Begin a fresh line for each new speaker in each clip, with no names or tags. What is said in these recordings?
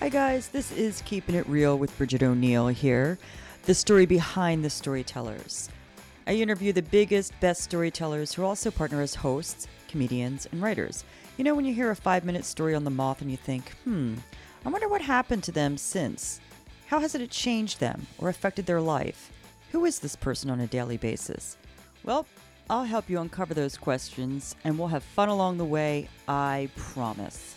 Hi, guys. This is Keeping It Real with Bridget O'Neill here, the story behind the storytellers. I interview the biggest, best storytellers who also partner as hosts, comedians, and writers. You know, when you hear a five minute story on the moth and you think, hmm, I wonder what happened to them since. How has it changed them or affected their life? Who is this person on a daily basis? Well, I'll help you uncover those questions and we'll have fun along the way, I promise.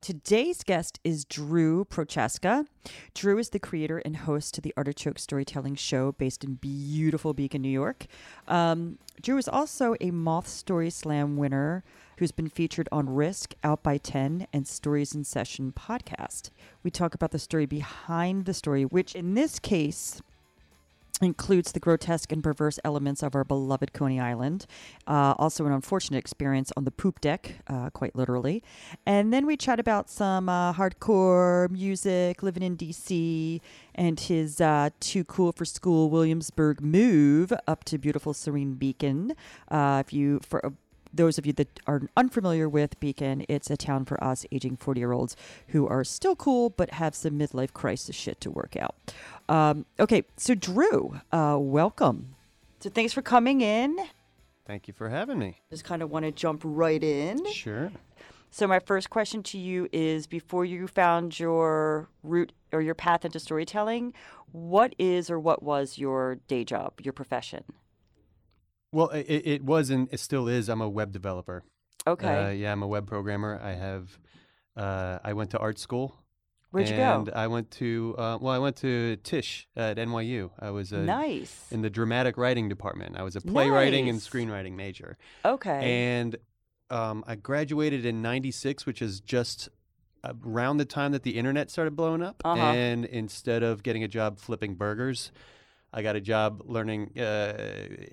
Today's guest is Drew Prochaska. Drew is the creator and host to the Artichoke Storytelling Show based in beautiful Beacon, New York. Um, Drew is also a Moth Story Slam winner who's been featured on Risk, Out by 10, and Stories in Session podcast. We talk about the story behind the story, which in this case includes the grotesque and perverse elements of our beloved Coney Island, uh, also an unfortunate experience on the poop deck, uh, quite literally. And then we chat about some uh, hardcore music, living in DC, and his uh, too cool for school Williamsburg move up to beautiful Serene Beacon. Uh, if you for a those of you that are unfamiliar with Beacon, it's a town for us aging 40 year olds who are still cool but have some midlife crisis shit to work out. Um, okay, so Drew, uh, welcome. So thanks for coming in.
Thank you for having me.
Just kind of want to jump right in.
Sure.
So my first question to you is before you found your route or your path into storytelling, what is or what was your day job, your profession?
Well, it, it was and it still is. I'm a web developer. Uh,
Okay.
yeah, I'm a web programmer. I have. Uh, I went to art school.
Where'd you go?
and I went to. Uh, well, I went to Tisch at NYU. I was a,
nice.
in the dramatic writing department. I was a playwriting
Nice.
and screenwriting major.
okay.
And um, I graduated in '96, which is just around the time that the internet started blowing up.
Uh-huh.
And instead of getting a job flipping burgers, I got a job learning uh,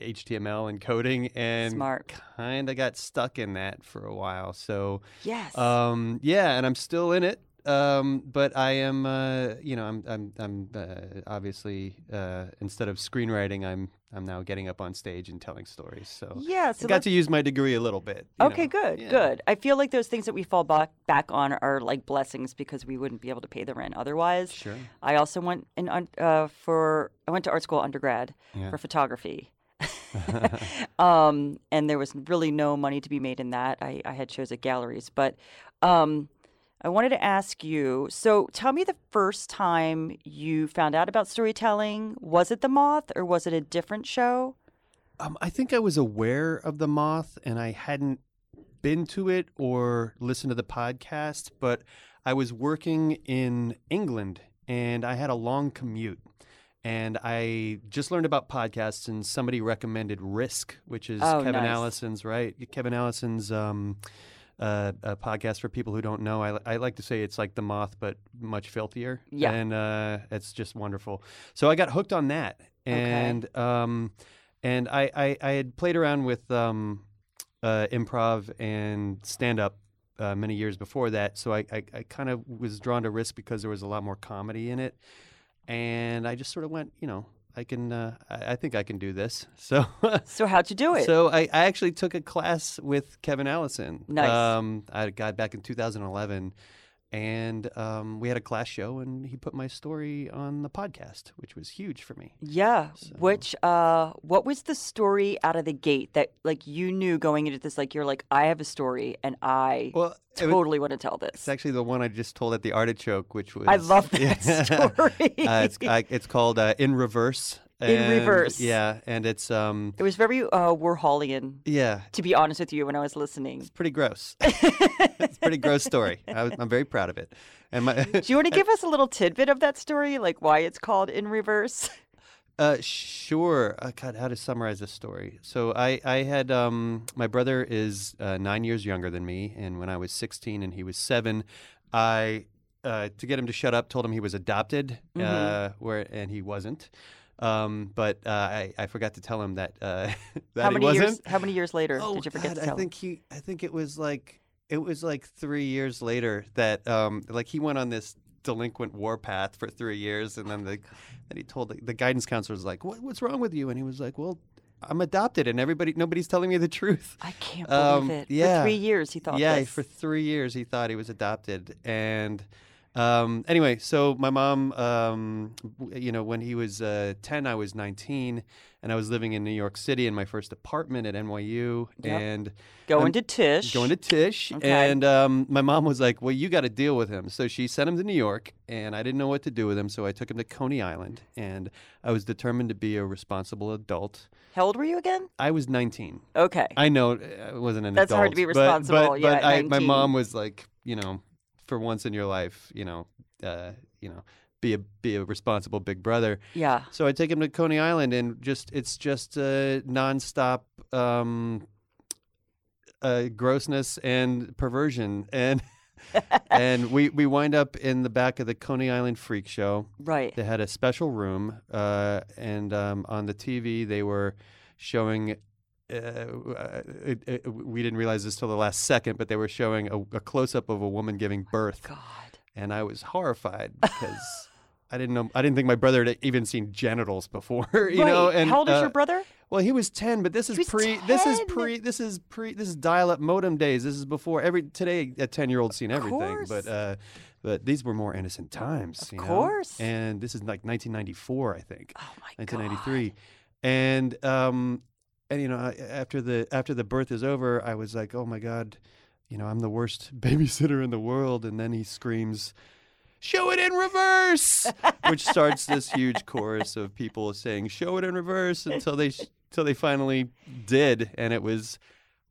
HTML and coding, and
Smart.
kind of got stuck in that for a while. So,
Yes.
um, yeah, and I'm still in it. Um, but I am, uh, you know, I'm, I'm, I'm uh, obviously uh, instead of screenwriting, I'm, I'm now getting up on stage and telling stories. So
yeah. So
I got
let's-
to use my degree a little bit. you
okay.
know.
Good.
Yeah.
Good. I feel like those things that we fall back back on are like blessings because we wouldn't be able to pay the rent otherwise.
Sure.
I also went in un- uh, for I went to art school undergrad
Yeah.
for photography. um, and there was really no money to be made in that. I, I had shows at galleries, but um, I wanted to ask you. So, tell me the first time you found out about storytelling. Was it the Moth, or was it a different show?
Um, I think I was aware of the moth and I hadn't been to it or listened to the podcast, but I was working in England and I had a long commute. And I just learned about podcasts, and somebody recommended Risk, which is
Oh,
Kevin
nice.
Allison's, right? Kevin Allison's um, uh, uh podcast for people who don't know. I, li- I like to say it's like The Moth, but much filthier.
Yeah.
And uh, it's just wonderful. So I got hooked on that. And um, and I, I, I had played around with um, uh, improv and stand up uh, many years before that. So I, I, I kind of was drawn to risk because there was a lot more comedy in it. And I just sort of went, you know, I can, uh, I, I think I can do this. So.
So, how'd you do it?
So I, I actually took a class with Kevin Allison.
Nice.
Um, I got back in 2011, and um, we had a class show, and he put my story on the podcast, which was huge for me.
yeah.
So-
Which, uh, what was the story out of the gate that like you knew going into this? Like, you're like, I have a story, and I
Well, it was-
totally want to tell this.
It's actually the one I just told at the artichoke, which was
I love that
Yeah.
story.
uh, it's I, it's called uh, in reverse.
In
and-
Reverse.
Yeah, and it's um
It was very uh, Warholian,
yeah,
to be honest with you, when I was listening.
it's pretty gross. it's a pretty gross story. I, was- I'm very proud of it. And my
Do you want to give us a little tidbit of that story, like why it's called in reverse?
Uh, sure. Uh, God, how to summarize this story? So I, I had um, my brother is uh, nine years younger than me, and when I was sixteen and he was seven, I uh, to get him to shut up, told him he was adopted, uh,
Mhm.
where and he wasn't. Um, but uh, I, I forgot to tell him that uh, that
how
he
many
wasn't.
years? How many years later
Oh
did you forget
God,
to tell?
I think he. I think it was like it was like three years later that um like he went on this delinquent war path
Oh,
for three years, and then the then he told the, the guidance counselor was like, what, "What's wrong with you?" And he was like, "Well, I'm adopted, and everybody, nobody's telling me the truth.
I can't
Um,
believe it.
yeah.
For three years he thought
yeah,
this.
for three years he thought he was adopted, and um, anyway, so my mom, um, w- you know, when he was uh, ten, I was nineteen, and I was living in New York City in my first apartment at NYU,
Yep.
and
going
I'm
to Tish.
going to Tish,
Okay.
and um, my mom was like, "Well, you got to deal with him." So she sent him to New York, and I didn't know what to do with him, so I took him to Coney Island, and I was determined to be a responsible adult.
How old were you again?
I was 19.
Okay.
I know uh, I wasn't an
That's
adult.
hard to be
but-
responsible,
But,
yeah,
but
at
I, my
19.
mom was like, you know, for once in your life, you know, uh, you know, be a be a responsible big brother.
yeah.
So I take him to Coney Island, and just it's just uh, nonstop um, uh, grossness and perversion, and and we we wind up in the back of the Coney Island Freak Show.
Right.
They had a special room, uh, and um, on the TV they were showing. Uh, uh, it, it, we didn't realize this till the last second, but they were showing a, a close-up of a woman giving birth,
God.
and I was horrified because I didn't know. I didn't think my brother had even seen genitals before, you
right.
know. And
How old is
uh,
your brother?
Well, he was ten, but this is
was
pre. This is
10?
pre. This is pre. This is dial-up modem days. This is before every today. A ten-year-old seen everything,
course.
but uh, but these were more innocent times. Of you know?
course.
And this is like 1994, I think.
Oh my god.
1993 and um and you know I- after the after the birth is over i was like oh my god you know i'm the worst babysitter in the world and then he screams show it in reverse which starts this huge chorus of people saying show it in reverse until they sh- until they finally did and it was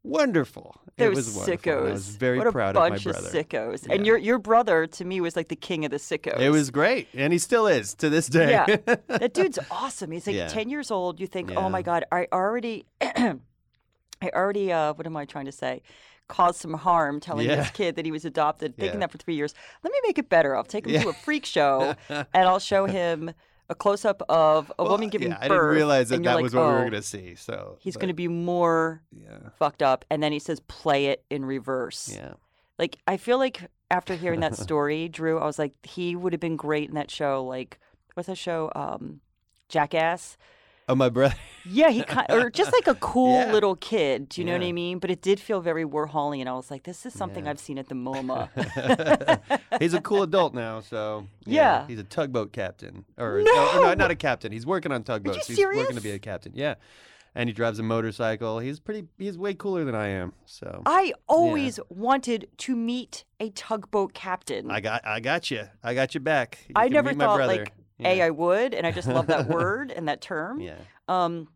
wonderful
They're
it was wonderful
sickos.
and i was very
what a
proud
bunch
of my brother
sickos. And
Yeah.
your your brother to me was like the king of the sickos.
it was great and he still is to this day
Yeah. that dude's awesome. He's like
Yeah.
10 years old. You think, oh
Yeah.
my God, I already, I already, uh, what am I trying to say? Caused some harm telling this
Yeah.
kid that he was adopted, thinking
Yeah.
that for three years. Let me make it better. I'll take him to a freak show and I'll show him a close up of a woman
Well,
giving
yeah,
birth.
I didn't realize that
and you're
that
like,
was what we were
"Oh,
going to see. So
He's
but-
going to be more
Yeah.
fucked up. And then he says, play it in reverse.
Yeah.
Like, I feel like after hearing that story, Drew, I was like, he would have been great in that show. Like, what's that show? Um, Jackass.
Oh, my brother.
Yeah, he kind or just like a cool
Yeah.
little kid. Do you know what I
Yeah.
mean? But it did feel very Warholian. I was like, this is something
Yeah.
I've seen at the MoMA.
he's a cool adult now, so
Yeah.
he's a tugboat captain, or oh, no! or no, not a captain. He's working on tugboats. he's working to be
serious?
a captain. Yeah, and he drives a motorcycle. He's pretty. He's way cooler than I am. So
I always wanted to meet a tugboat captain.
I got, I got you. I got you back. You
Um, I
can
never
meet my
thought
brother.
like
yeah.
a I would, and I just love that word and that term.
yeah.
Um,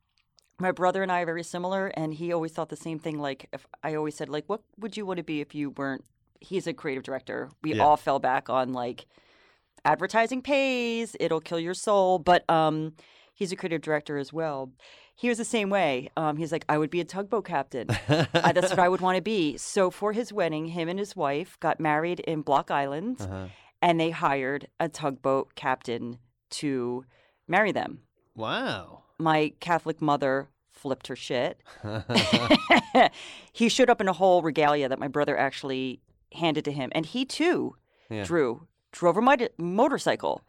my brother and I are very similar, and he always thought the same thing. Like, if I always said, like, what would you want to be if you weren't? He's a creative director. We
Yeah.
all fell back on like advertising pays; it'll kill your soul. But um, he's a creative director as well. He was the same way. Um, he's like, I would be a tugboat captain. I, that's what I would want to be. So for his wedding, him and his wife got married in Block Island,
Uh-huh.
and they hired a tugboat captain to marry them
Wow.
my Catholic mother flipped her shit. he showed up in a whole regalia that my brother actually handed to him. And he too,
Yeah.
Drew, drove a mot- motorcycle.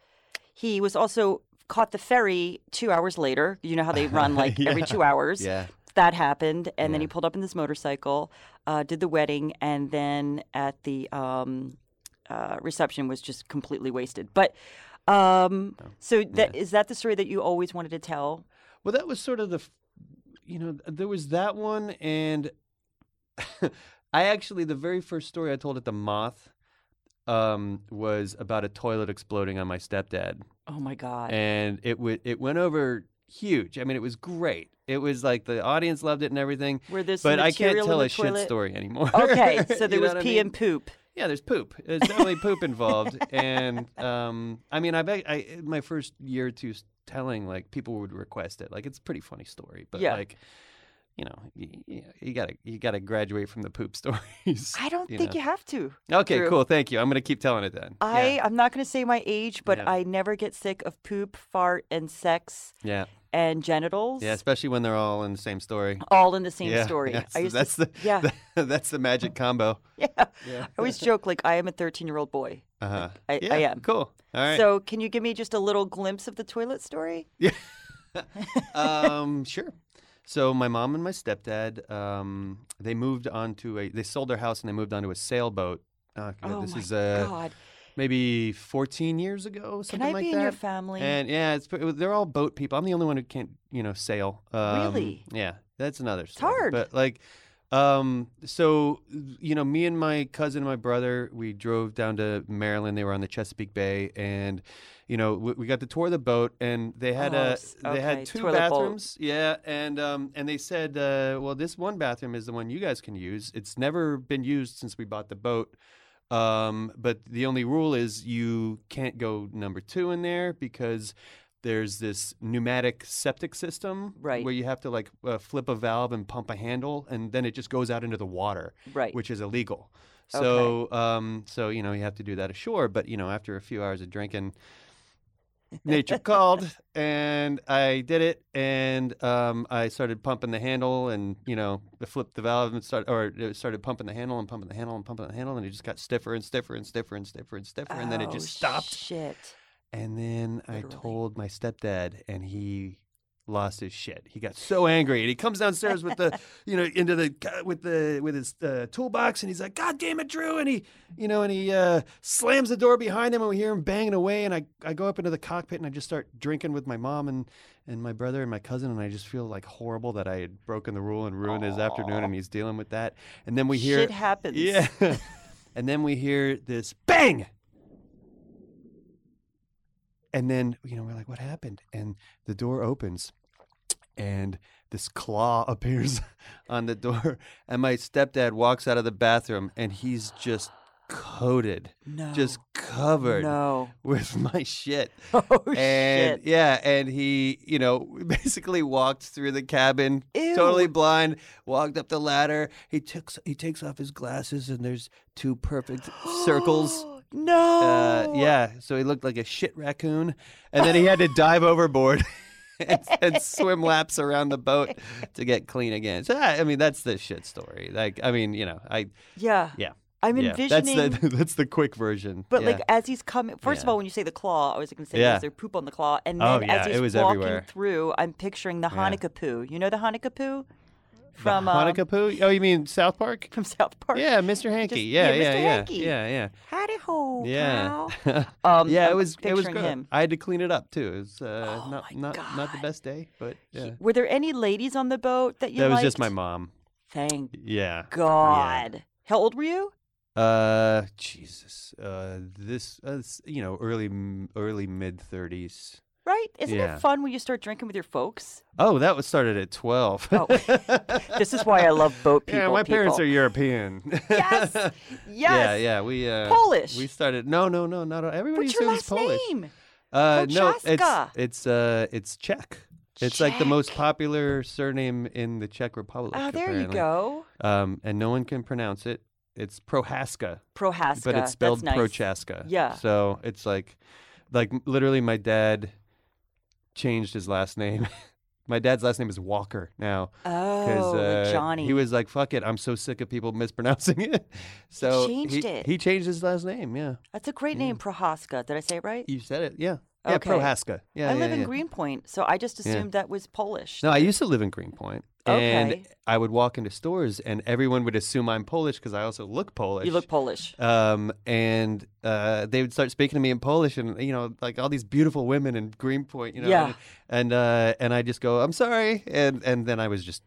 He was also caught the ferry two hours later. You know how they run like every
Yeah.
two hours?
Yeah.
That happened. And then
Yeah.
he pulled up in this motorcycle, uh, did the wedding, and then at the um, uh, reception was just completely wasted. But um,
Oh.
so that is that the story that you always wanted to tell?
Well, that was sort of the, f- you know, th- there was that one, and I actually the very first story I told at the Moth um, was about a toilet exploding on my stepdad,
Oh my God.
and it w- it went over huge. I mean, it was great. It was like the audience loved it and everything.
Where there's some
But I can't
material in
tell
the
a shit
toilet?
story anymore.
Okay, so
You
there
know
was
what I
pee
mean?
and poop.
Yeah, there's poop. There's definitely poop involved. And um, I mean, I bet I in my first year or two s- telling, like people would request it. Like it's a pretty funny story, but
Yeah.
like, you know, you, you gotta you gotta graduate from the poop stories.
I don't
you
think
know.
you have to.
Okay,
Drew.
cool. Thank you. I'm gonna keep telling it then.
I I'm not going to say my age, but
Yeah.
I never get sick of poop, fart, and sex
yeah,
and genitals.
yeah, yeah, especially when they're all in the same story.
all in the Oh, same
yeah,
story.
That's,
I used
that's
to,
the
yeah,
that's the magic combo.
yeah.
Yeah.
I always joke like I am a 13 year old boy.
Uh-huh.
I- I
yeah,
am.
Cool. All right.
So can you give me just a little glimpse of the toilet story?
um, sure. So my mom and my stepdad, um, they moved onto a. They sold their house and they moved onto a sailboat. Oh, God,
oh
this
my
is uh,
God.
maybe 14 years ago, something
Can I
like
be
that.
in your family?
And yeah, it's it was- they're all boat people. I'm the only one who can't, you know, sail. Um,
Really?
Yeah, that's another. story.
hard.
But like, um, so you know, me and my cousin and my brother, we drove down to Maryland. They were on the Chesapeake Bay, and you know, we, we got to tour the boat, and they had
Oh,
a
s-
they
okay,
had two
tour the boat.
bathrooms. Yeah, and um, and they said, uh, well, this one bathroom is the one you guys can use. It's never been used since we bought the boat. Um, but the only rule is you can't go number two in there because there's this pneumatic septic system
Right.
where you have to like uh, flip a valve and pump a handle, and then it just goes out into the water,
right.
which is illegal.
Okay.
So, um, so you know you have to do that ashore. But you know, after a few hours of drinking, nature called, and I did it, and um, I started pumping the handle, and you know, I flipped the valve and started, or it started pumping the handle and pumping the handle and pumping the handle, and it just got stiffer and stiffer and stiffer and stiffer and stiffer, and then it
Oh,
just stopped.
Shit.
And then
Literally.
I told my stepdad, and he lost his shit. He got so angry, and he comes downstairs with the, you know, into the ca- with the with his uh, toolbox, and he's like, "God damn it, Drew!" And he, you know, and he uh, slams the door behind him, and we hear him banging away. And I I go up into the cockpit, and I just start drinking with my mom and and my brother and my cousin, and I just feel like horrible that I had broken the rule and ruined his afternoon, and he's dealing with that. And then we hear
Shit happens.
yeah. and then we hear this bang. And then, you know, we're like, what happened? And the door opens and this claw appears on the door. And my stepdad walks out of the bathroom and he's just coated,
No.
just covered
No.
with my shit
Oh
and
shit.
yeah, and he, you know, basically walked through the cabin,
Ew.
totally blind. Walked up the ladder. He takes he takes off his glasses, and there's two perfect circles.
no.
Uh, yeah, so he looked like a shit raccoon, and then he had to dive overboard. and, and swim laps around the boat to get clean again. So I, I mean, that's the shit story. Like, I mean, you know, I
Yeah.
yeah.
I'm
yeah,
envisioning.
that's the that's the quick version.
But
Yeah.
like as he's coming, first of
Yeah.
all, when you say the claw, I was going to say
Yeah.
is there poop on the claw, and
Oh,
then
yeah,
as
it
he's
was
walking
everywhere.
through, I'm picturing the
Yeah.
Hanukkah poo. You know the Hanukkah poo
The
from uh,
Hanukkah poo. Oh, you mean South Park?
from South Park.
Yeah, Mr. Hankey.
yeah,
yeah,
Mr.
yeah, yeah,
Hankey.
yeah, yeah,
Howdy ho,
yeah,
pal.
yeah.
Um,
yeah,
I'm
it was it was uh,
picturing
gross.
him.
I had to clean it up too. It was uh,
Oh
not
my
not not the
God.
best day, but yeah.
Were there any ladies on the boat that you?
that was just my
liked?
mom.
Thank
Yeah.
God. How old were you?
Uh, Jesus. Uh, this uh, s- you know early m- early mid thirties.
Right? Isn't
Yeah.
it fun when you start drinking with your folks?
Oh, that was started at twelve.
Oh. This is why I love boat people.
yeah, my parents
people.
are European.
Yes. Yes.
Yeah, yeah, we uh,
Polish.
We started. No, no, no, not at- everybody
What's your
assumes
last
Polish.
name?
Uh, no,
Prochaska.
it's it's uh, it's Czech. It's like the most popular surname in the Czech Republic.
Oh, there
apparently.
you go.
Um, and no one can pronounce it. It's Prohaska,
Prohaska.
but it's spelled
That's nice.
Prochaska.
Yeah.
So it's like, like m- literally, my dad changed his last name. my dad's last name is Walker now
Oh, like
uh,
Johnny.
he was like, "Fuck it, I'm so sick of people mispronouncing it." So
changed
he,
it.
he changed his last name. Yeah,
That's a great name, Prohaska. Did I say it right?
you said it. Yeah. Yeah,
Okay.
Prohaska. Yeah,
I
yeah,
live in
yeah.
Greenpoint, so I just assumed that was Polish.
No, I used to live in Greenpoint.
Okay.
And I would walk into stores and everyone would assume I'm Polish because I also look Polish.
You look Polish.
um, and uh, they would start speaking to me in Polish, and you know, like all these beautiful women in Greenpoint, you know,
Yeah.
and and, uh, and I just go, "I'm sorry," and and then I was just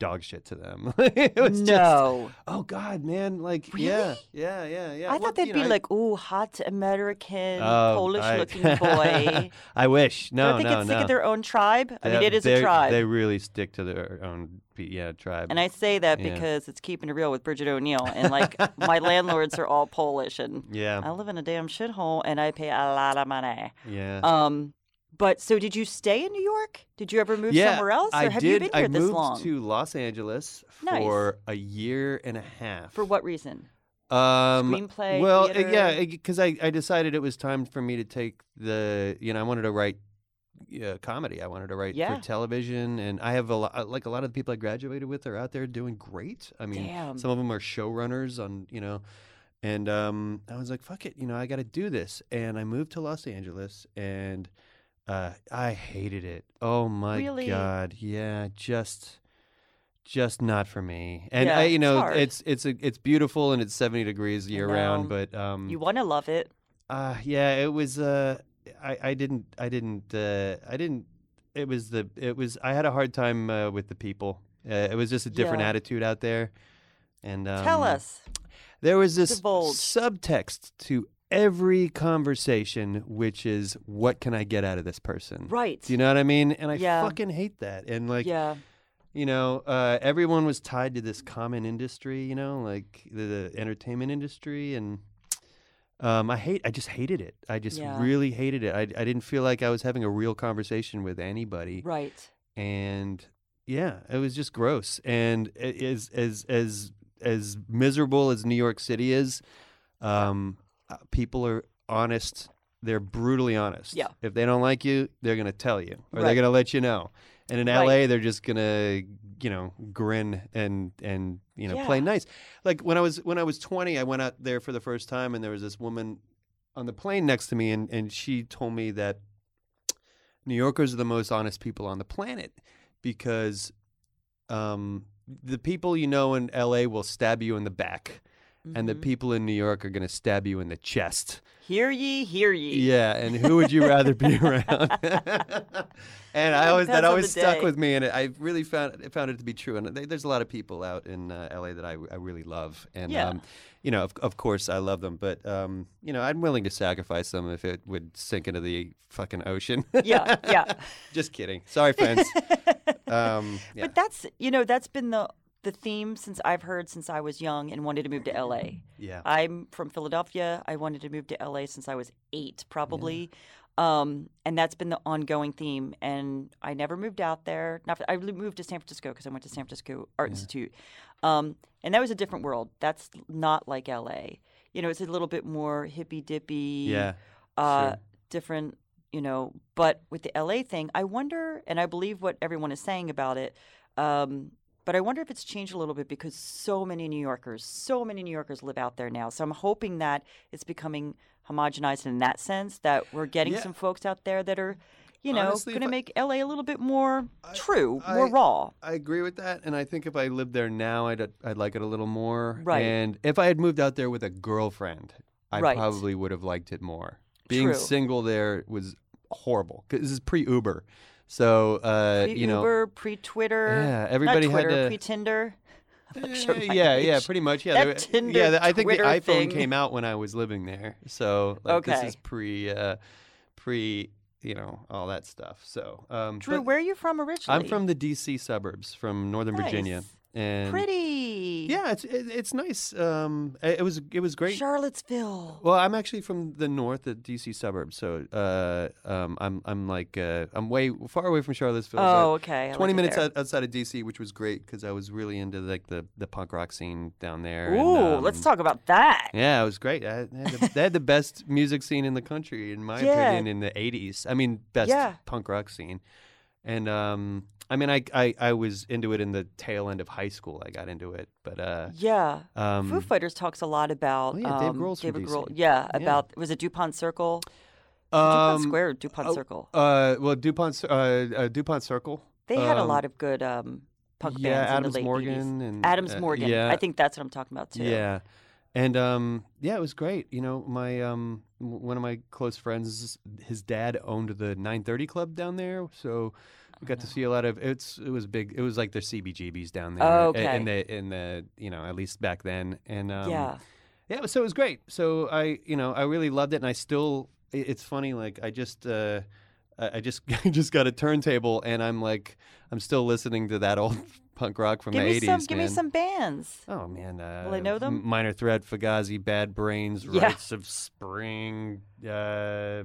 dog shit to them. it was just,
no.
oh God, man, like
Really?
yeah, yeah, yeah, yeah.
I
Well,
thought they'd
you
be
know, I-
like, ooh, hot American,
Oh,
Polish
I-
looking boy.
I wish. No,
Don't they
no,
get sick
no.
of their own tribe? I mean,
They-
it is a
they're-
tribe.
They really stick to their own, yeah, tribe.
And I say that
Yeah.
because it's keeping it real with Bridget O'Neill. And like my landlords are all Polish and
yeah,
I live in a damn shithole and I pay a lot of money.
yeah.
Um but so did you stay in New York? Did you ever move
yeah,
somewhere else? Or
I
have
did.
you been here
I
this
moved
long?
to Los Angeles
Nice.
for a year and a half.
For what reason?
Um,
Screenplay,
Well, uh,
theater?
yeah, because I, I decided it was time for me to take the you know I wanted to write uh, comedy. I wanted to write
Yeah.
for television, and I have a lot like a lot of the people I graduated with are out there doing great. I mean,
Damn.
some of them are showrunners on you know, and um, I was like, fuck it, you know, I got to do this, and I moved to Los Angeles, and uh, I hated it. Oh my
Really?
god, yeah, just just not for me. And
Yeah,
I, you
it's
know,
hard.
it's it's a, it's beautiful and it's 70 degrees year round,
know.
but um,
You want to love it.
uh, yeah, it was. Uh, I I didn't I didn't uh, I didn't. It was the it was. I had a hard time uh, with the people. Uh, it was just a different
Yeah.
attitude out there. And um,
Tell us.
there was this
Divulge.
subtext to every conversation, which is what can I get out of this person?
Right.
Do you know what I mean? And I
Yeah.
fucking hate that. And like,
yeah.
you know, uh, everyone was tied to this common industry, you know, like the, the entertainment industry. And um, I hate, I just hated it. I just
Yeah.
really hated it. I, I didn't feel like I was having a real conversation with anybody.
Right.
And yeah, it was just gross. And a- as, as, as, as miserable as New York City is, um, uh, people are honest. They're brutally honest.
Yeah.
If they don't like you, they're going to tell you or
Right.
they're going to let you know. And in
Right.
LA, they're just going to, you know, grin and and you know, play
Yeah.
nice. Like when I was when I was 20, I went out there for the first time and there was this woman on the plane next to me and and she told me that New Yorkers are the most honest people on the planet because um the people you know in LA will stab you in the back and the
Mhm.
people in New York are going to stab you in the chest.
hear ye, hear ye.
Yeah, and who would you rather be around? and I always
Depends on
that always
the
stuck
day.
with me, and I really found found it to be true. And there- there's a lot of people out in uh, LA that I, I really love, and
Yeah.
um, you know, of, of course, I love them, but um, you know, I'm willing to sacrifice them if it would sink into the fucking ocean.
yeah, yeah.
Just kidding. Sorry, friends. um, yeah.
But that's you know that's been the the theme since I've heard since I was young and wanted to move to LA.
yeah.
I'm from Philadelphia. I wanted to move to LA since I was eight, probably. Um, and that's been the ongoing theme. And I never moved out there. Not, I li- moved to San Francisco because I went to San Francisco Art Institute. Um, and that was a different world. That's not like LA. You know, it's a little bit more hippy dippy
Yeah.
uh,
Sure.
different, you know. But with the LA thing, I wonder, and I believe what everyone is saying about it. Um, but I wonder if it's changed a little bit because so many New Yorkers, so many New Yorkers live out there now. So I'm hoping that it's becoming homogenized in that sense that we're getting
Yeah.
some folks out there that are, you know,
Honestly, if
going to
I-
make LA a little bit more true,
I-
more raw.
I agree with that, and I think if I lived there now, I'd I'd like it a little more.
Right.
And if I had moved out there with a girlfriend, I
Right.
probably would have liked it more. Being
True.
single there was horrible. 'Cause This is pre Uber, so uh,
Pre
you know.
Uber, pre Twitter,
Yeah, everybody
not
had
Twitter,
to-
pre Tinder.
Eh,
sure my
yeah, yeah,
age.
pretty much. Yeah,
That
there-
Tinder,
yeah. the- I think
Twitter
the iPhone
thing.
came out when I was living there, so like,
Okay.
this is pre, uh, pre, you know, all that stuff. So, um,
Drew,
but
where are you from originally?
I'm from the D.C. suburbs, from Northern Virginia,
Nice.
and
Pretty.
Yeah, it's it, it's nice. Um, it, it was it was great.
Charlottesville.
Well, I'm actually from the north, the DC suburbs, so uh, um, I'm I'm like uh, I'm way far away from Charlottesville. so
Oh, okay. I like
Twenty
it
minutes
there.
out, outside of DC, which was great because I was really into like the, the punk rock scene down there. and,
Ooh, let's
um,
talk about that.
Yeah, it was great. I, they, had the, they had the best music scene in the country, in my
Yeah.
opinion, in the '80s. I mean, best
Yeah.
punk rock scene. And um, I mean, I, I I was into it in the tail end of high school. I got into it, but uh,
Yeah.
um,
Foo Fighters talks a lot about
oh, yeah, Dave
um,
Grohl's from
David
DC.
Grohl. Yeah,
Yeah.
about was it Dupont Circle,
um,
Dupont Square, or Dupont
oh,
Circle?
Uh, well, Dupont, uh, uh, Dupont Circle.
They had a
um,
lot of good um, punk
yeah,
bands
Adams
in the late
Morgan
80s.
and
Adams
uh,
Morgan.
yeah,
I think that's what I'm talking about too.
Yeah, and um, yeah, it was great. You know, my um, w- one of my close friends, his dad owned the 930 Club down there, so we got to see a lot of. It's it was big. It was like their CBGBs down there.
Oh,
a- In
okay.
the in the you know at least back then, and um,
yeah.
yeah, so it was great. So I, you know, I really loved it, and I still. i- It's funny, like I just, uh, I I just, I just got a turntable, and I'm like, I'm still listening to that old punk rock from
Give
the
me
'80s.
some. Give me
man.
some bands.
Oh man, uh,
Will I know them?
M- Minor Threat, Fugazi, Bad Brains,
Yeah.
Rites of Spring. Uh, uh,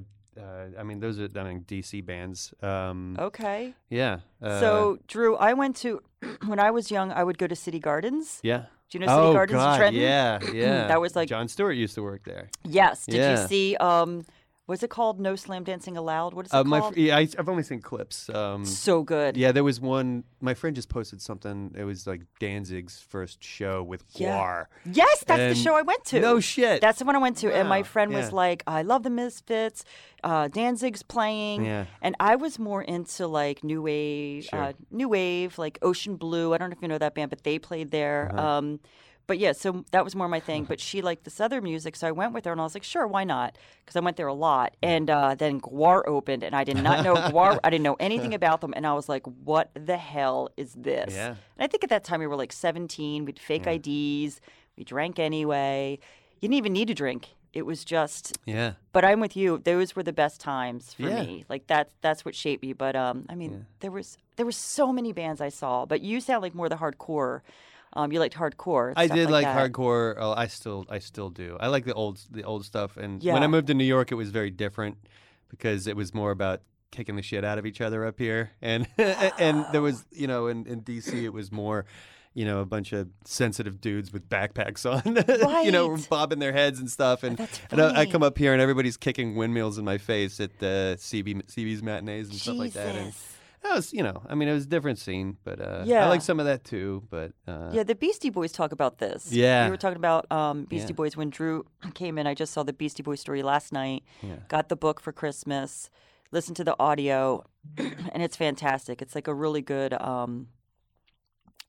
I mean, those are, I mean, DC bands. Um,
Okay.
yeah. Uh,
Oh. so Drew, I went to when I was young. I would go to City Gardens.
yeah.
Do you know City
oh
Gardens
God,
in Trenton?
yeah, yeah.
That was like-
John Stewart used to work there.
Yes. Did
Yeah.
you see? Um, Was it called No Slam Dancing Allowed? What is it
Uh, my
called?
fr- yeah, I, I've only seen clips. Um,
so good.
yeah, there was one. My friend just posted something. It was like Danzig's first show with
Yeah.
Guar.
Yes, that's
And-
the show I went to.
No shit.
That's the one I went to, and my
Wow,
friend was
yeah.
like, "I love the Misfits, uh, Danzig's playing,"
Yeah.
and I was more into like new wave,
Sure.
uh, new wave, like Ocean Blue. I don't know if you know that band, but they played there.
Uh-huh.
Um, but yeah, so that was more my thing. But she liked this other music, so I went with her, and I was like, "Sure, why not?" Because I went there a lot. And uh, then Guar opened, and I did not know Guar. I didn't know anything about them, and I was like, "What the hell is this?"
Yeah.
And I think at that time we were like 17. We'd fake IDs. We drank anyway. You didn't even need to drink. It was just.
yeah.
But I'm with you. Those were the best times for
Yeah.
me. Like that. That's what shaped me. But um, I mean, there was there were so many bands I saw. But you sound like more the hardcore. Um, you liked hardcore. and
I
stuff
did like,
like, that.
hardcore. Oh, I still, I still do. I like the old, the old stuff. And when
Yeah.
I moved to New York, it was very different because it was more about kicking the shit out of each other up here. And and there was, you know, in, in DC, it was more, you know, a bunch of sensitive dudes with backpacks on, you know,
Right.
bobbing their heads and stuff. And,
That's
and I, I
funny.
come up here and everybody's kicking windmills in my face at the CB CB's matinees and stuff like that. And
Jesus.
that was, you know, I mean, it was a different scene, but uh, I
Yeah.
like some of that too. But uh,
Yeah, the Beastie Boys talk about this.
Yeah.
You were talking about um, Beastie
Yeah.
Boys when Drew came in. I just saw the Beastie Boys story last night.
Yeah.
Got the book for Christmas, listened to the audio, and it's fantastic. It's like a really good, um,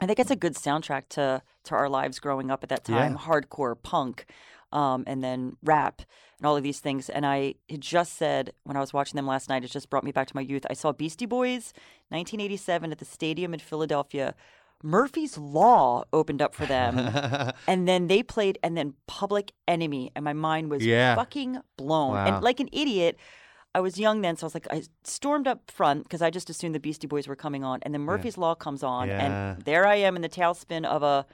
I think it's a good soundtrack to, to our lives growing up at that
Yeah.
time hardcore, punk, um, and then rap and all of these things. And I it just said when I was watching them last night, it just brought me back to my youth. I saw Beastie Boys 1987 at the stadium in Philadelphia. Murphy's Law opened up for them. and then they played, and then Public Enemy. And my mind was
Yeah.
fucking blown.
Wow.
And like an idiot, I was young then, so I was like, I stormed up front because I just assumed the Beastie Boys were coming on. And then Murphy's Law comes on,
Yeah.
and there I am in the tailspin of a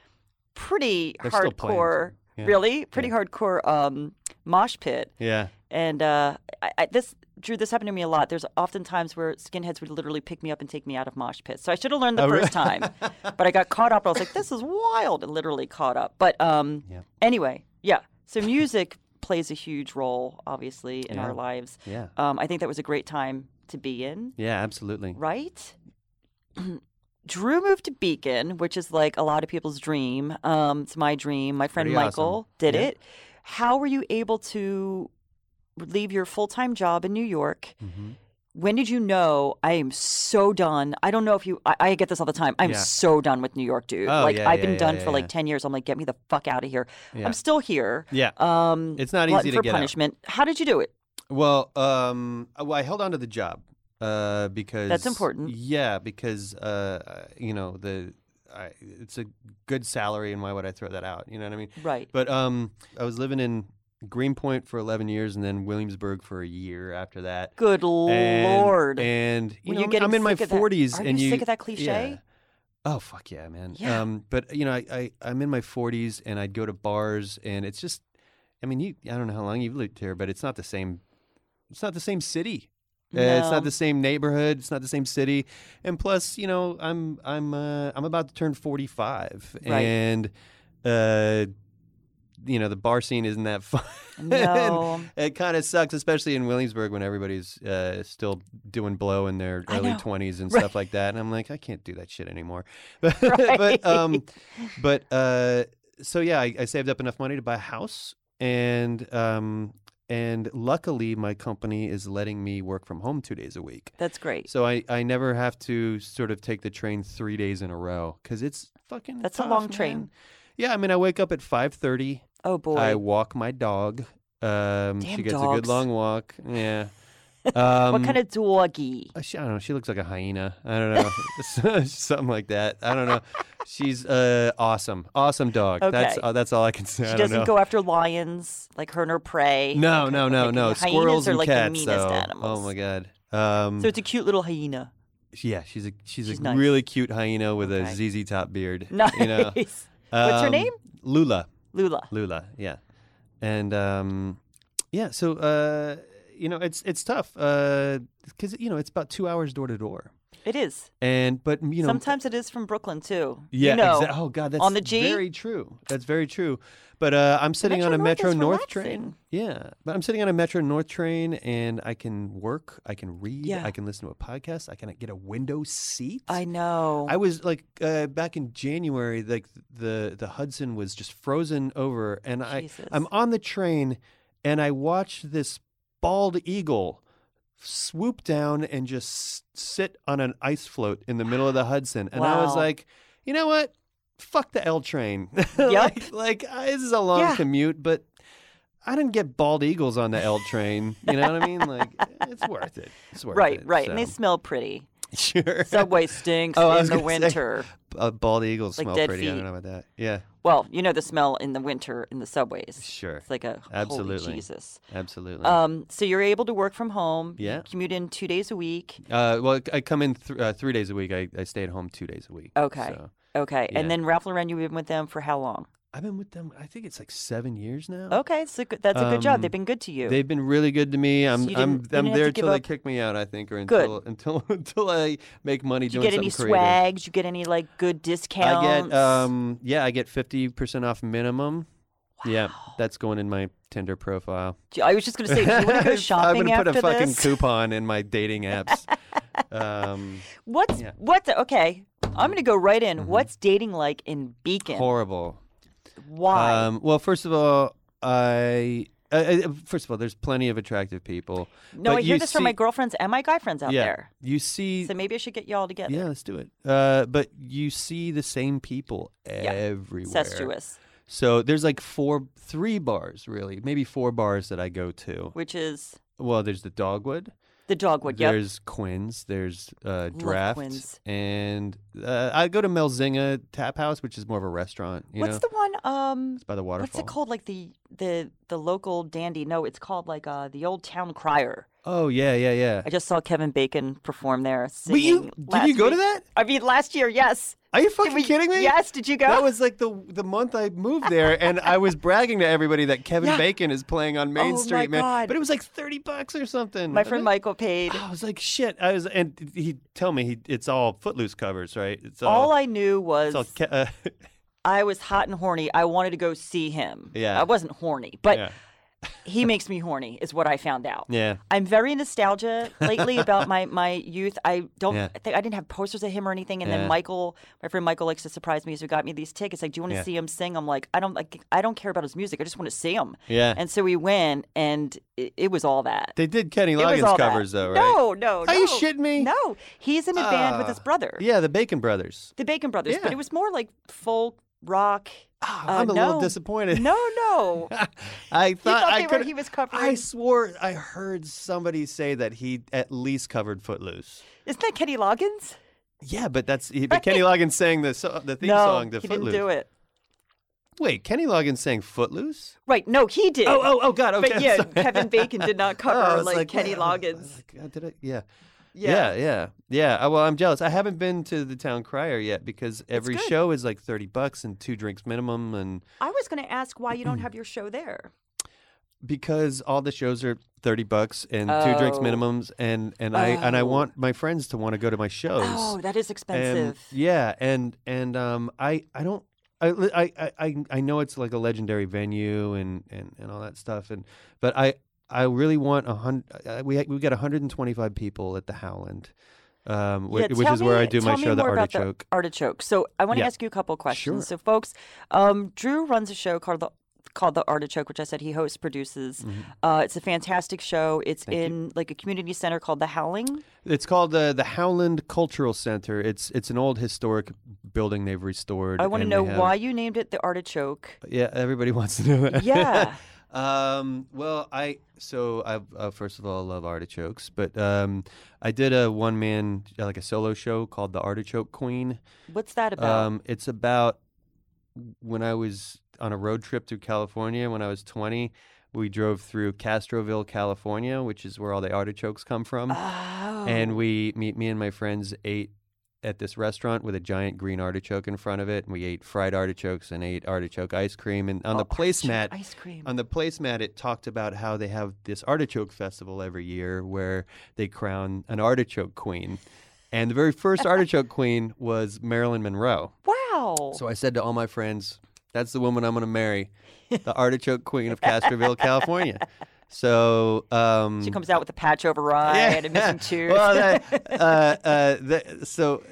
pretty
They're still playing,
hardcore,
yeah.
really pretty hardcore um, mosh pit.
yeah.
And uh, I, I, this, Drew, this happened to me a lot. There's often times where skinheads would literally pick me up and take me out of mosh pits. So I should have learned the
Oh, really?
first time, but I got caught up. I was like, this is wild, and literally caught up. But um,
Yeah.
anyway, yeah. So music plays a huge role, obviously, in
Yeah.
our lives.
Yeah.
Um, I think that was a great time to be in,
Yeah, absolutely.
right? Drew moved to Beacon, which is like a lot of people's dream. Um, it's my dream. My friend
pretty awesome.
Michael did
Yeah.
it. How were you able to leave your full time job in New York? When did you know I am so done? I don't know if you. I, I get this all the time. I'm
Yeah.
so done with New York, dude.
Oh,
like
yeah,
I've
yeah,
been
yeah,
done
yeah,
for
yeah.
like ten years. I'm like, get me the fuck out of here.
Yeah.
I'm still here.
Yeah.
Um,
It's not
glutton
easy to
for
get out.
punishment. How did you do it?
Well, um, well, I held on to the job uh, because
important.
Yeah, because uh, you know the I, it's a good salary, and why would I throw that out? You know what I mean?
Right.
But um, I was living in Greenpoint for eleven years, and then Williamsburg for a year after that.
Good
And-
lord.
And
Were
you know,
you
I'm-
getting
I'm in my
sick of that-
40s,
are
and
you
you
sick of that cliche?
yeah. Oh fuck yeah, man.
Yeah.
Um, but you know, I, I I'm in my 40s, and I'd go to bars, and it's just, I mean, you I don't know how long you've lived here, but it's not the same. It's not the same city. Uh, it's
No.
not the same neighborhood. It's not the same city. And plus, you know, I'm I'm uh, I'm about to turn 45,
Right.
and uh, you know, the bar scene isn't that fun.
No.
It kind of sucks, especially in Williamsburg when everybody's uh, still doing blow in their
I
early
know.
twenties and
Right.
stuff like that. And I'm like, I can't do that shit anymore. But, but um, but uh, so yeah, I, I saved up enough money to buy a house, and um, and luckily my company is letting me work from home two days a week.
That's great.
So I, I never have to sort of take the train three days in a row because it's fucking.
That's a
tough,
long train.
man. Yeah, I mean, I wake up at five thirty.
Oh boy.
I walk my dog. Um,
Damn
she gets a good
dogs.
long walk. Yeah. Um,
what kind of doggy?
uh, She, I don't know. She looks like a hyena. I don't know. Something like that. I don't know. She's uh, awesome. Awesome dog. That's
Okay.
uh, that's all I can say. I
She
don't
doesn't
know.
go after lions like her and her prey.
no,
Okay,
no, no,
okay.
no.
Hyenas
Squirrels
are
and
like
cats.
the meanest
though.
animals.
Oh my god. Um,
So it's a cute little hyena.
yeah, she's a she's,
She's
a
nice.
really cute hyena with
Okay.
a ZZ Top beard.
Nice.
You know?
What's her
Um,
name?
Lula.
Lula.
Lula, yeah, and um, yeah. uh, So uh, you know, it's it's tough because you know it's about two hours door to door.
It is.
And but you know,
Sometimes it is from Brooklyn too.
yeah,
You know,
exa- oh god, that's
on the G?
very true. That's very true. But uh, I'm sitting
Metro
on a
North
Metro
is
North
relaxing.
train. Yeah, but I'm sitting on a Metro North train, and I can work, I can read,
Yeah.
I can listen to a podcast, I can get a window seat.
I know.
I was like uh, back in January, like the the Hudson was just frozen over, and
Jesus.
I I'm on the train, and I watched this bald eagle swoop down and just sit on an ice float in the middle of the Hudson, and I was
Wow.
like, you know what? Fuck the L train. like, like I- this is a long
Yeah.
commute, but I didn't get bald eagles on the L train. You know what I mean? Like, it's worth it. It's worth
right,
it.
right. And they
so.
smell pretty.
sure.
Subway stinks
Oh, I
in
was
the
gonna say.
winter.
uh, bald eagles
Like
smell
dead
pretty. I
feet.
don't know about that. Yeah,
Well, you know the smell in the winter in the subways.
Sure.
It's like a
Absolutely.
holy Jesus.
absolutely. Uh,
Um, so you're able to work from home. you
Yeah.
commute in two days a week.
Uh, well, I come in th- uh, three days a week. I, I stay at home two days a week.
Okay.
So
Okay.
Yeah.
And then Ralph Lauren, you've been with them for how long?
I've been with them. I think it's like seven years now.
Okay. So good- that's a good job. They've
Oh. Um,
been good to Oh, you.
They've been really good to me. I'm
you didn't-
I'm
you didn't
I'm
have to
there
give
till they
up-
kick me out. I think, or
Good.
until until until I make money
Did you
doing
get any
something creative.
swags? You get any like good discounts?
I get um yeah I get fifty percent off minimum. Yeah, that's going in my Tinder profile.
Do- I was just gonna say, do you want to go
I'm
shopping
gonna put
after
a fucking
this?
coupon in my dating apps. um,
What's
yeah. Mm-hmm.
what's okay? I'm gonna go right in. What's dating like in Beacon?
horrible.
Why?
Um, well, first of all, I. Uh, first of all, there's plenty of attractive people.
no,
but
I hear
you
this from my
see-
girlfriends and my guy friends out
yeah,
there.
you see.
So maybe I should get y'all together.
yeah, let's do it. Uh, but you see the same people everywhere.
Incestuous,
So there's like four, three bars really, maybe four bars that I go to.
which is
Well, there's the Dogwood.
the dogwood. Yep.
There's Quinn's. There's uh,
Quinn's.
Draft, and uh, I go to Melzinga Tap House, which is more of a restaurant. You
What's
know,
the one? Um,
it's by the
what's
waterfall.
it called? Like the the the local dandy? No, it's called like uh the old town crier.
Oh yeah, yeah, yeah.
I just saw Kevin Bacon perform there.
Were you?
singing
Did you
last
go to
week.
that?
I mean, last year, yes.
Are you
Did
fucking
we-
kidding me?
Yes. Did you go?
That was like the the month I moved there, and I was bragging to everybody that Kevin
Yeah.
Bacon is playing on Main
Oh, my
Street, man.
God.
But it was like thirty bucks or something.
my
And
friend
I-
Michael paid.
Oh, I was like, shit. I was, and he tell me he it's all Footloose covers, right? It's
All
all.
I knew was
it's all Ke- uh,
I was hot and horny. I wanted to go see him.
Yeah.
I wasn't horny, but
yeah.
he makes me horny, is what I found out.
yeah.
I'm very nostalgia lately about my, my youth. I don't
Yeah.
I think I didn't have posters of him or anything. And
Yeah.
then Michael, my friend Michael, likes to surprise me, so he got me these tickets. Like, do you want to
Yeah.
see him sing? I'm like, I don't like, I don't care about his music. I just want to see him.
Yeah.
And so we went, and it, it was all that.
They did Kenny
It was
Loggins
all that.
covers though, right?
No, no,
Are you
no.
shitting me?
No, he's in a band with
Ah.
his brother,
Yeah, the Bacon Brothers.
the Bacon Brothers. But
Yeah.
it was more like folk rock.
Ah,
Uh,
I'm a
no.
little disappointed.
No, no.
I thought,
thought
I
they were-
could.
he was
I
covering-
swore I heard somebody say that he at least covered Footloose.
Isn't that Kenny Loggins?
Yeah, but that's he, but Kenny Loggins sang the so, the theme
no,
song to
he
Footloose.
didn't do it.
Wait, Kenny Loggins sang Footloose?
Right? No, he did.
Oh, oh, oh, God! Okay,
But
I'm
yeah,
sorry.
Kevin Bacon did not
Oh, I
cover
was
like, Kenny
wow.
Loggins.
Oh, God, did I? Yeah.
Yeah.
yeah, yeah, yeah. Uh, Well, I'm jealous. I haven't been to the Town Crier yet because every
good.
show is like thirty bucks and two drinks minimum, and
I was going to ask why you don't
Mm-hmm.
have your show there.
because all the shows are thirty bucks and two drinks
Oh.
minimums, and and I and I
Oh.
want my friends to want to go to my shows.
Oh, that is
and
expensive.
yeah and and um i i don't I, I I- I I know it's like a legendary venue and, and, and all that stuff and but I I really want a hundred we we got 125 people at the Howland, um, whi-
Yeah,
which
tell
is where I
me-
do my
tell me
show, The
more about
Artichoke.
artichoke. So I want to
Yeah.
ask you a couple questions. So,
Sure.
folks, um, Drew runs a show called the called the Artichoke, which I said he hosts produces.
Mm-hmm.
Uh, it's a fantastic show. It's in like a community center called the Howling.
It's called the the Howland Cultural Center. It's it's an old historic building they've restored.
I want to
and they
know
have-
why you named it the Artichoke.
Yeah, everybody wants to know that.
Yeah.
um, well, I so I uh, first of all love artichokes, but um, I did a one man like a solo show called The Artichoke Queen.
What's that about?
Um, it's about when I was on a road trip through California when I was 20. We drove through Castroville, California, which is where all the artichokes come from
oh.
and we me, me and my friends ate at this restaurant with a giant green artichoke in front of it and we ate fried artichokes and ate artichoke ice cream and on the
Oh, artichoke
placemat
ice cream.
on the placemat it talked about how they have this artichoke festival every year where they crown an artichoke queen And the very first artichoke queen was Marilyn Monroe.
Wow.
So I said to all my friends, that's the woman I'm going to marry, the artichoke queen of Castroville, California. So um,
she comes out with a patch over her eye and a missing tooth.
well, that, uh, uh, that, so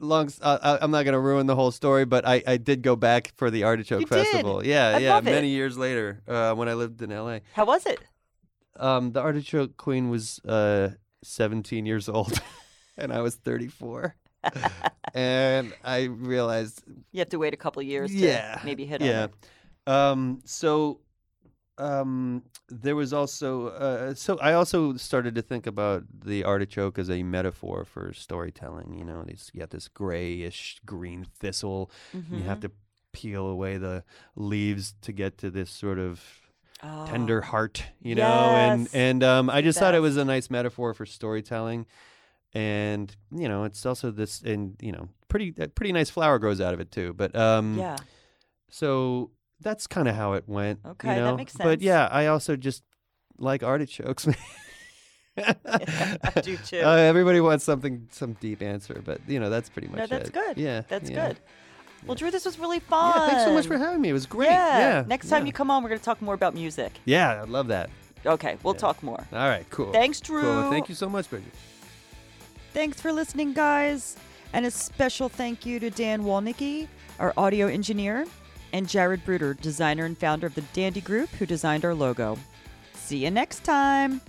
long. s- Uh, I- I'm not going to ruin the whole story, but I, I did go back for the Artichoke
You did?
Festival. Yeah,
I
yeah.
love it.
many years later, uh, when I lived in LA,
How was it?
um, the Artichoke Queen was uh, 17 years old, and I was 34. and I realized
You have to wait a couple years
Yeah.
to maybe hit on
yeah.
it.
Um, so um, there was also uh, so I also started to think about the artichoke as a metaphor for storytelling. You know, it's, you got this grayish green thistle.
Mm-hmm.
and You have to peel away the leaves to get to this sort of
Oh.
tender heart. You know, and
Yes.
and um, I just thought it
Yes.
was a nice metaphor for storytelling. And you know, it's also this, and you know, pretty a pretty nice flower grows out of it too. But um,
Yeah.
so that's kind of how it went. you
Okay, that
know?
makes
But
sense.
yeah, I also just like artichokes.
I do too.
Uh, everybody wants something, some deep answer, but you know that's pretty much
No, that's
it.
good.
Yeah,
That's
yeah.
good. Well, Drew, this was really fun.
Yeah, thanks so much for having me. It was great.
Yeah.
Yeah.
Next time
yeah.
you come on, we're going to talk more about music.
Yeah, I love that.
Okay, we'll talk more.
All right, cool.
Thanks,
Cool.
Drew.
Thank you so much, Bridget.
Thanks for listening, guys. And a special thank you to Dan Walnicki, our audio engineer, and Jared Bruder, designer and founder of the Dandy Group, who designed our logo. See you next time.